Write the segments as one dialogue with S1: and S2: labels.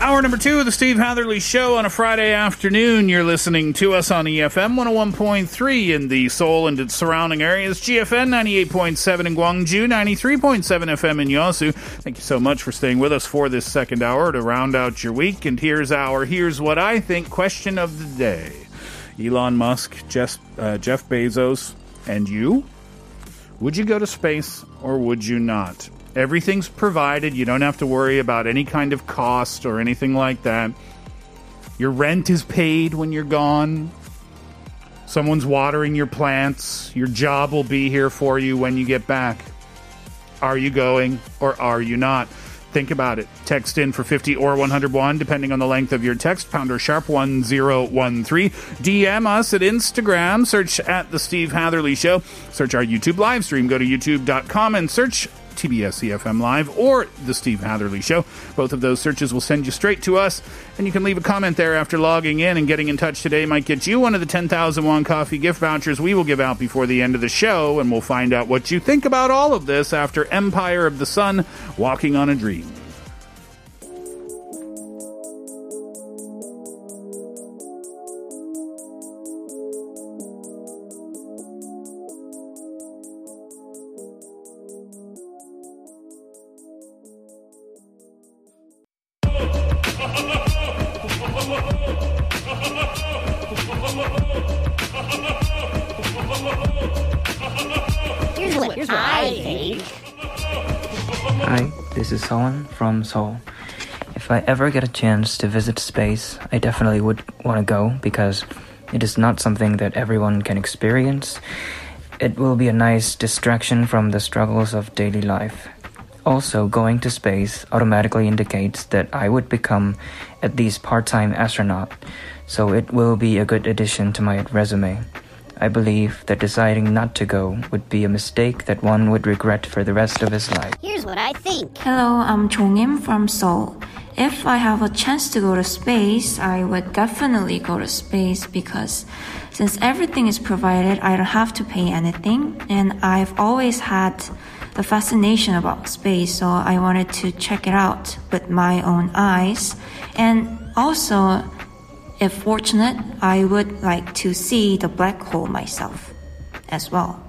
S1: Hour number two of the Steve Hatherley Show on a Friday afternoon. You're listening to us on E EFM 101.3 in the Seoul and its surrounding areas, GFN 98.7 in Gwangju, 93.7 FM in Yosu. Thank you so much for staying with us for this second hour to round out your week. And here's our Here's What I Think question of the day Elon Musk, Jeff, uh, Jeff Bezos, and you? Would you go to space or would you not? Everything's provided. You don't have to worry about any kind of cost or anything like that. Your rent is paid when you're gone. Someone's watering your plants. Your job will be here for you when you get back. Are you going or are you not? Think about it. Text in for 50 or 101, depending on the length of your text. Pounder sharp 1013. DM us at Instagram. Search at The Steve Hatherley Show. Search our YouTube live stream. Go to youtube.com and search TBS EFM E Live or The Steve Hatherley Show. Both of those searches will send you straight to us, and you can leave a comment there after logging in and getting in touch today. Might get you one of the 10,000 won coffee gift vouchers we will give out before the end of the show, and we'll find out what you think about all of this after Empire of the Sun Walking on a Dream.
S2: Hi, this is Sohan from Seoul. If I ever get a chance to visit space, I definitely would want to go because it is not something that everyone can experience. It will be a nice distraction from the struggles of daily life. Also, going to space automatically indicates that I would become at least part time astronaut, so it will be a good addition to my resume. I believe that deciding not to go would be a mistake that one would regret for the rest of his life.
S3: Here's what I think.
S4: Hello, I'm Jongim from Seoul. If I have a chance to go to space, I would definitely go to space because since everything is provided, I don't have to pay anything. And I've always had the fascination about space, so I wanted to check it out with my own eyes. And also, if fortunate, I would like to see the black hole myself as well.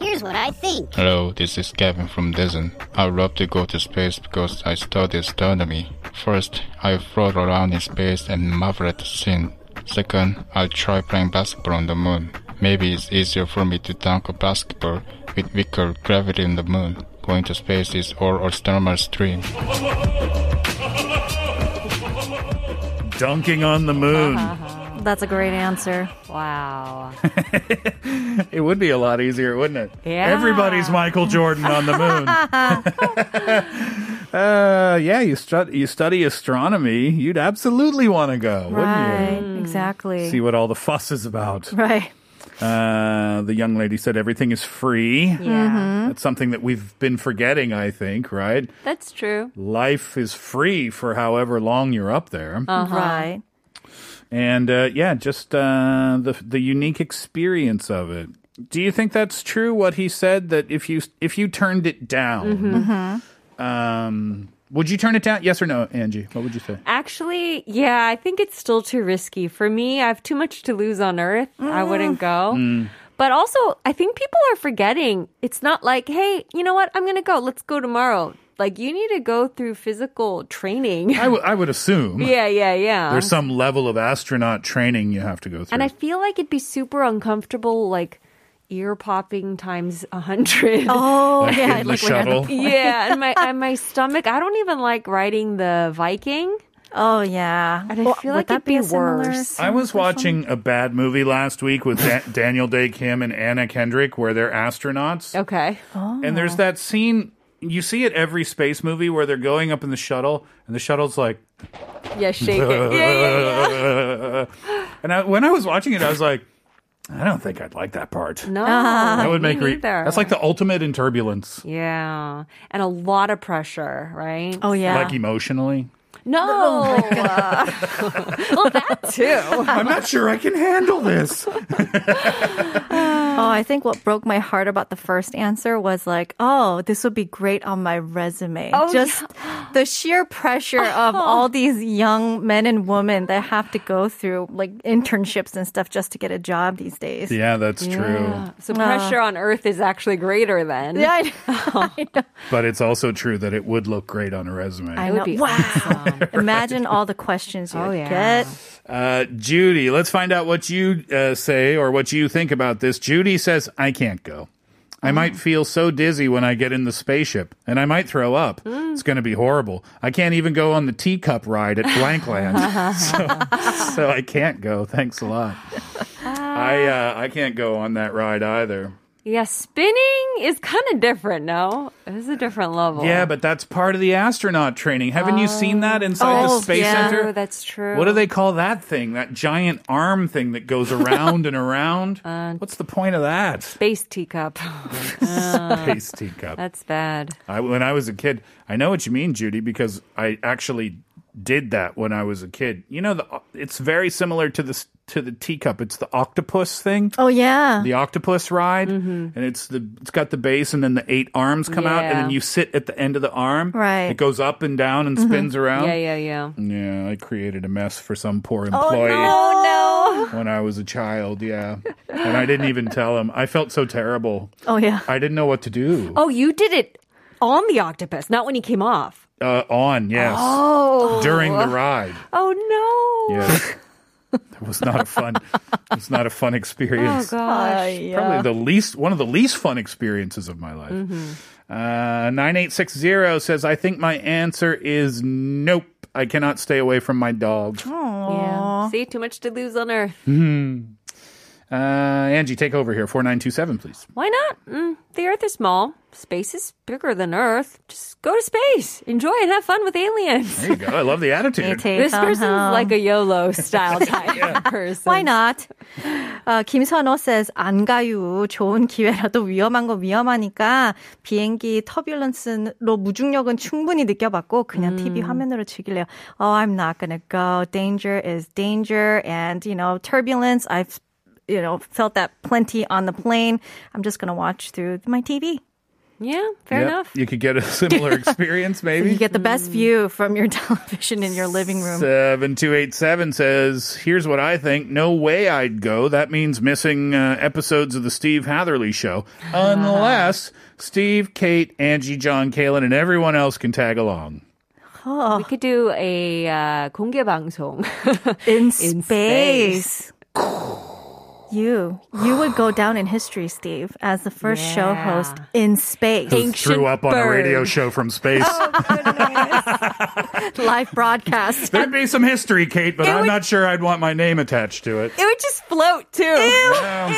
S3: Here's what I think.
S5: Hello, this is Gavin from Desen. I would love to go to space because I study astronomy. First, I float around in space and marvel at the scene. Second, I'll try playing basketball on the moon. Maybe it's easier for me to dunk a basketball with weaker gravity on the moon. Going to space is all astronomers' dream.
S1: Dunking on the moon.
S6: That's a great answer.
S7: Wow.
S1: It would be a lot easier, wouldn't it?
S7: Yeah.
S1: Everybody's Michael Jordan on the moon. uh, yeah, you, stru- you study astronomy. You'd absolutely want to go,
S6: Right,
S1: wouldn't you?
S6: exactly.
S1: See what all the fuss is about.
S6: Right.
S1: Uh, the young lady said everything is free.
S7: Yeah.
S6: Mm-hmm.
S1: That's something that we've been forgetting, I think, right?
S8: That's true.
S1: Life is free for however long you're up there.
S6: Right.
S1: And uh, yeah, just uh, the the unique experience of it. Do you think that's true? What he said that if you if you turned it down,
S8: Mm-hmm.
S1: um, would you turn it down? Yes or no, Angie? What would you say?
S8: Actually, yeah, I think it's still too risky. For me, I have too much to lose on Earth. I
S9: Mm.
S8: wouldn't go. But also, I think people are forgetting. It's not like, hey, you know what? I'm going to go. Let's go tomorrow. like you need to go through physical training.
S1: I, w- I would assume.
S8: yeah, yeah, yeah.
S1: There's some level of astronaut training you have to go through.
S8: And I feel like it'd be super uncomfortable, like ear popping times a hundred.
S1: Oh, Like yeah, in the like when you're on the shuttle? plane.
S8: yeah, and my and my stomach. I don't even like riding the Viking.
S9: Oh yeah,
S8: and I
S9: Well,
S8: feel like
S9: would
S8: it'd
S9: that
S8: be,
S9: be a similar
S8: worse.
S1: I was watching a bad movie last week with da- Daniel Day Kim and Anna Kendrick, where they're astronauts.
S8: Okay.
S1: And there's that scene you see it every space movie where they're going up in the shuttle, and the shuttle's like,
S8: yeah, shake it. Yeah, yeah, yeah.
S1: and I, when I was watching it, I was like, I don't think I'd like that part.
S8: No,
S1: that
S9: Ah.
S1: would
S8: me
S1: make re-
S8: neither.
S1: that's like the ultimate in turbulence,
S8: Yeah, and a lot of pressure, right?
S9: Oh
S1: like emotionally.
S8: no. well, that too.
S1: I'm not sure I can handle this.
S9: oh, I think what broke my heart about the first answer was like, oh, this would be great on my resume.
S8: Oh,
S9: Just the sheer pressure of all these young men and women that have to go through like internships and stuff just to get a job these days.
S1: yeah, that's true.
S8: So
S9: Uh.
S8: pressure on Earth is actually greater then.
S9: Yeah, I know.
S1: But it's also true that it would look great on a resume.
S9: I know. wow. Imagine all the questions you
S8: Oh,
S9: would get.
S1: Uh, Judy, let's find out what you uh, say or what you think about this. Judy says, I can't go.
S8: Mm.
S1: I might feel so dizzy when I get in the spaceship, and I might throw up.
S8: Mm.
S1: It's going to be horrible. I can't even go on the teacup ride at Blankland, so, so I can't go. Thanks a lot.
S8: Ah.
S1: I uh, I can't go on that ride either.
S8: Yeah, spinning is kind of different, no? It's a different level.
S1: Yeah, but that's part of the astronaut training. Haven't you seen that inside the
S8: Oh,
S1: space
S8: yeah.
S1: center?
S8: That's true.
S1: What do they call that thing? That giant arm thing that goes around and around? What's the point of that?
S8: Space teacup.
S1: Space teacup.
S8: That's bad.
S1: I, when I was a kid, I know what you mean, Judy, because I actually did that when I was a kid. You know, the, it's very similar to this to the teacup. It's the octopus thing.
S9: Oh yeah.
S1: The octopus ride,
S8: Mm-hmm.
S1: and it's the it's got the base, and then the eight arms come out, and
S8: Yeah.
S1: then you sit at the end of the arm.
S8: Right. Mm-hmm.
S1: it goes up and down and spins around.
S8: Yeah, yeah, yeah.
S1: Yeah, I created a mess for some poor employee
S8: Oh
S1: when I was a child. Yeah. And I didn't even tell him. I felt so terrible.
S9: Oh yeah.
S1: I didn't know what to do.
S8: Oh, you did it on the octopus, not when he came off.
S1: Uh, on, yes.
S8: Oh.
S1: During the ride.
S8: Oh no.
S1: Yes. It was not a fun. It was not a fun experience.
S8: Oh gosh.
S1: Probably the least, one of the least fun experiences of my life. Uh, 9860 says, I think my answer is nope. I cannot stay away from my dog.
S8: Oh. Yeah. See, too much to lose on Earth.
S1: Hmm. Uh, Angie, take over here. 4927, please.
S8: Why not? Mm, the Earth is small. Space is bigger than Earth. Just go to space, enjoy, and have fun with aliens.
S1: There you go. I love the attitude.
S8: This
S9: uh-huh.
S8: person's like a YOLO style type person.
S9: Why not? 어, 김선호 says 안 가요. 좋은 기회라도 위험한 건 위험하니까 비행기 터뷸런스로 무중력은 충분히 느껴봤고 그냥 TV 화면으로 즐길래요. Oh, I'm not gonna go. Danger is danger, and you know turbulence. I've you know felt that plenty on the plane. I'm just gonna watch through my TV.
S8: Yeah, fair
S1: Yep.
S8: enough.
S1: You could get a similar experience, maybe.
S9: You get the best view from your television in your living room.
S1: 7287 says, Here's what I think. No way I'd go. That means missing uh, episodes of the Steve Hatherley show. Unless Steve, Kate, Angie, John, Kalen, and everyone else can tag along.
S9: Oh.
S8: We could do a uh, 공개 방송.
S9: in
S8: In
S9: space. You you would go down in history, Steve, as the first show host in space,
S1: Who threw up on a radio show from space.
S9: Oh, live broadcast.
S1: There'd be some history, Kate, but
S9: It
S1: I'm
S9: would-
S1: not sure I'd want my name attached to it.
S8: It would just float too.
S1: Yeah.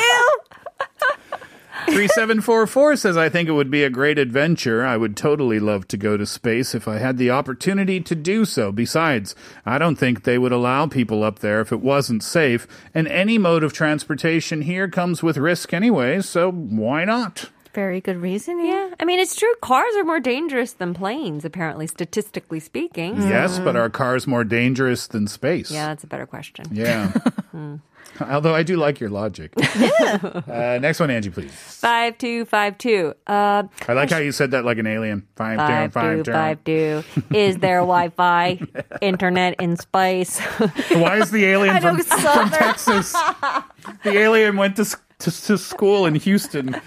S1: 3744 says, I think it would be a great adventure. I would totally love to go to space if I had the opportunity to do so. Besides, I don't think they would allow people up there if it wasn't safe. And any mode of transportation here comes with risk anyway, so why not?
S9: Very good reasoning.
S8: Yeah, I mean it's true. Cars are more dangerous than planes, apparently, statistically speaking.
S1: Yes, but are cars more dangerous than space?
S8: Mm. Yeah, that's a better question.
S1: Yeah. Although I do like your logic. Uh, next one, Angie, please.
S8: Five two five two. Uh,
S1: I like how you said that like an alien. Five, down,
S8: five
S1: five,
S8: two
S1: down.
S8: five two. Is there Wi-Fi, internet in space?
S1: Why is the alien from, from Texas? The alien went to s- to, to school in Houston.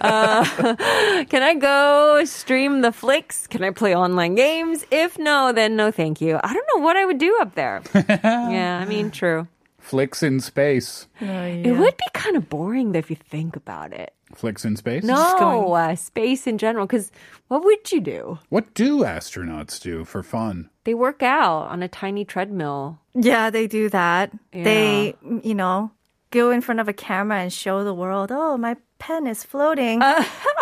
S8: Uh, can I go stream the flicks? Can I play online games? If no, then no, thank you. I don't know what I would do up there. yeah, I mean, true.
S1: Flicks in space.
S8: It would be kind of boring though, if you think about it.
S1: Flicks in space?
S8: No, uh, space in general. Because what would you do?
S1: What do astronauts do for fun?
S8: They work out on a tiny treadmill.
S9: Yeah, they do that.
S8: Yeah.
S9: They, you know, go in front of a camera and show the world, oh, my pen is floating.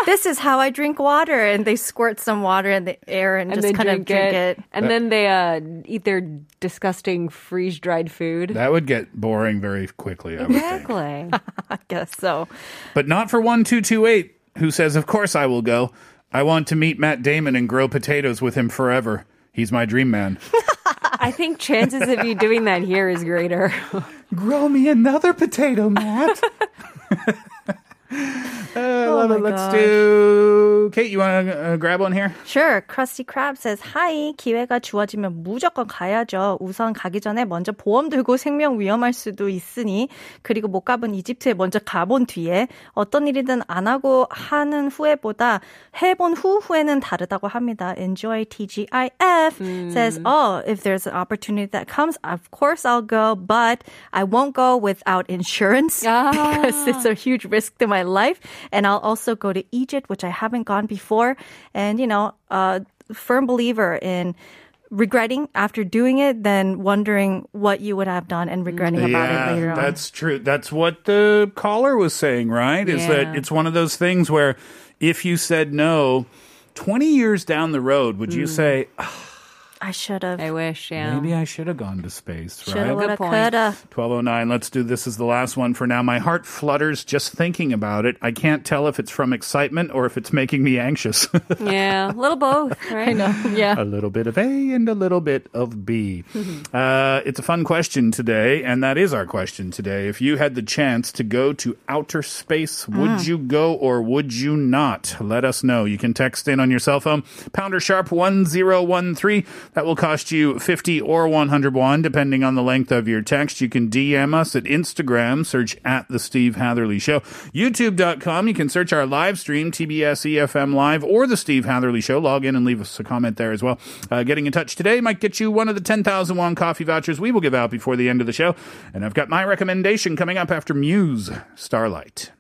S9: this is how I drink water. And they squirt some water in the air and,
S8: And
S9: just
S8: then
S9: kind of drink it.
S8: And then they uh, eat their disgusting freeze dried food.
S1: That would get boring very quickly, I would think.
S8: Exactly.
S9: I guess so.
S1: But not for 1228, who says, Of course I will go. I want to meet Matt Damon and grow potatoes with him forever. He's my dream man.
S8: I think chances of you doing that here is greater.
S1: Grow me another potato, Matt.
S8: Oh
S1: I love it. Let's do. Kate, you want to uh, grab one here?
S9: Sure. Krusty Krab says, Hi. 기회가 주어지면 무조건 가야죠. 우선 가기 전에 먼저 보험 들고 생명 위험할 수도 있으니, 그리고 못 가본 이집트에 먼저 가본 뒤에 어떤 일이든 안 하고 하는 후회보다 해본 후 후회는 다르다고 합니다. Enjoy TGIF says, Oh, if there's an opportunity that comes, of course I'll go, but I won't go without insurance because it's a huge risk to my life. And I'll also go to Egypt, which I haven't gone before. And, you know, a firm believer in regretting after doing it than wondering what you would have done and regretting about it later on.
S1: that's true. That's what the caller was saying, right? Is that
S9: Yeah.
S1: it's one of those things where if you said no, 20 years down the road, would you say, "Ah,
S9: Mm. I should have.
S8: I wish, yeah.
S1: maybe I should have gone to space,
S9: Should have,
S1: right?
S9: would have,
S8: point.
S9: could have.
S1: 1209, let's do this is the last one for now. My heart flutters just thinking about it. I can't tell if it's from excitement or if it's making me anxious.
S8: Yeah, a little both, right? I know. Yeah.
S1: a little bit of A and a little bit of B. uh, it's a fun question today, and that is our question today. If you had the chance to go to outer space, would you go or would you not? Let us know. You can text in on your cell phone, pounder sharp 1013. That will cost you 50 or 100 won, depending on the length of your text. You can DM us at Instagram, search at The Steve Hatherley Show. YouTube.com, you can search our live stream, TBS EFM E Live, or The Steve Hatherley Show. Log in and leave us a comment there as well. Uh, getting in touch today might get you one of the 10,000 won coffee vouchers we will give out before the end of the show. And I've got my recommendation coming up after Muse Starlight.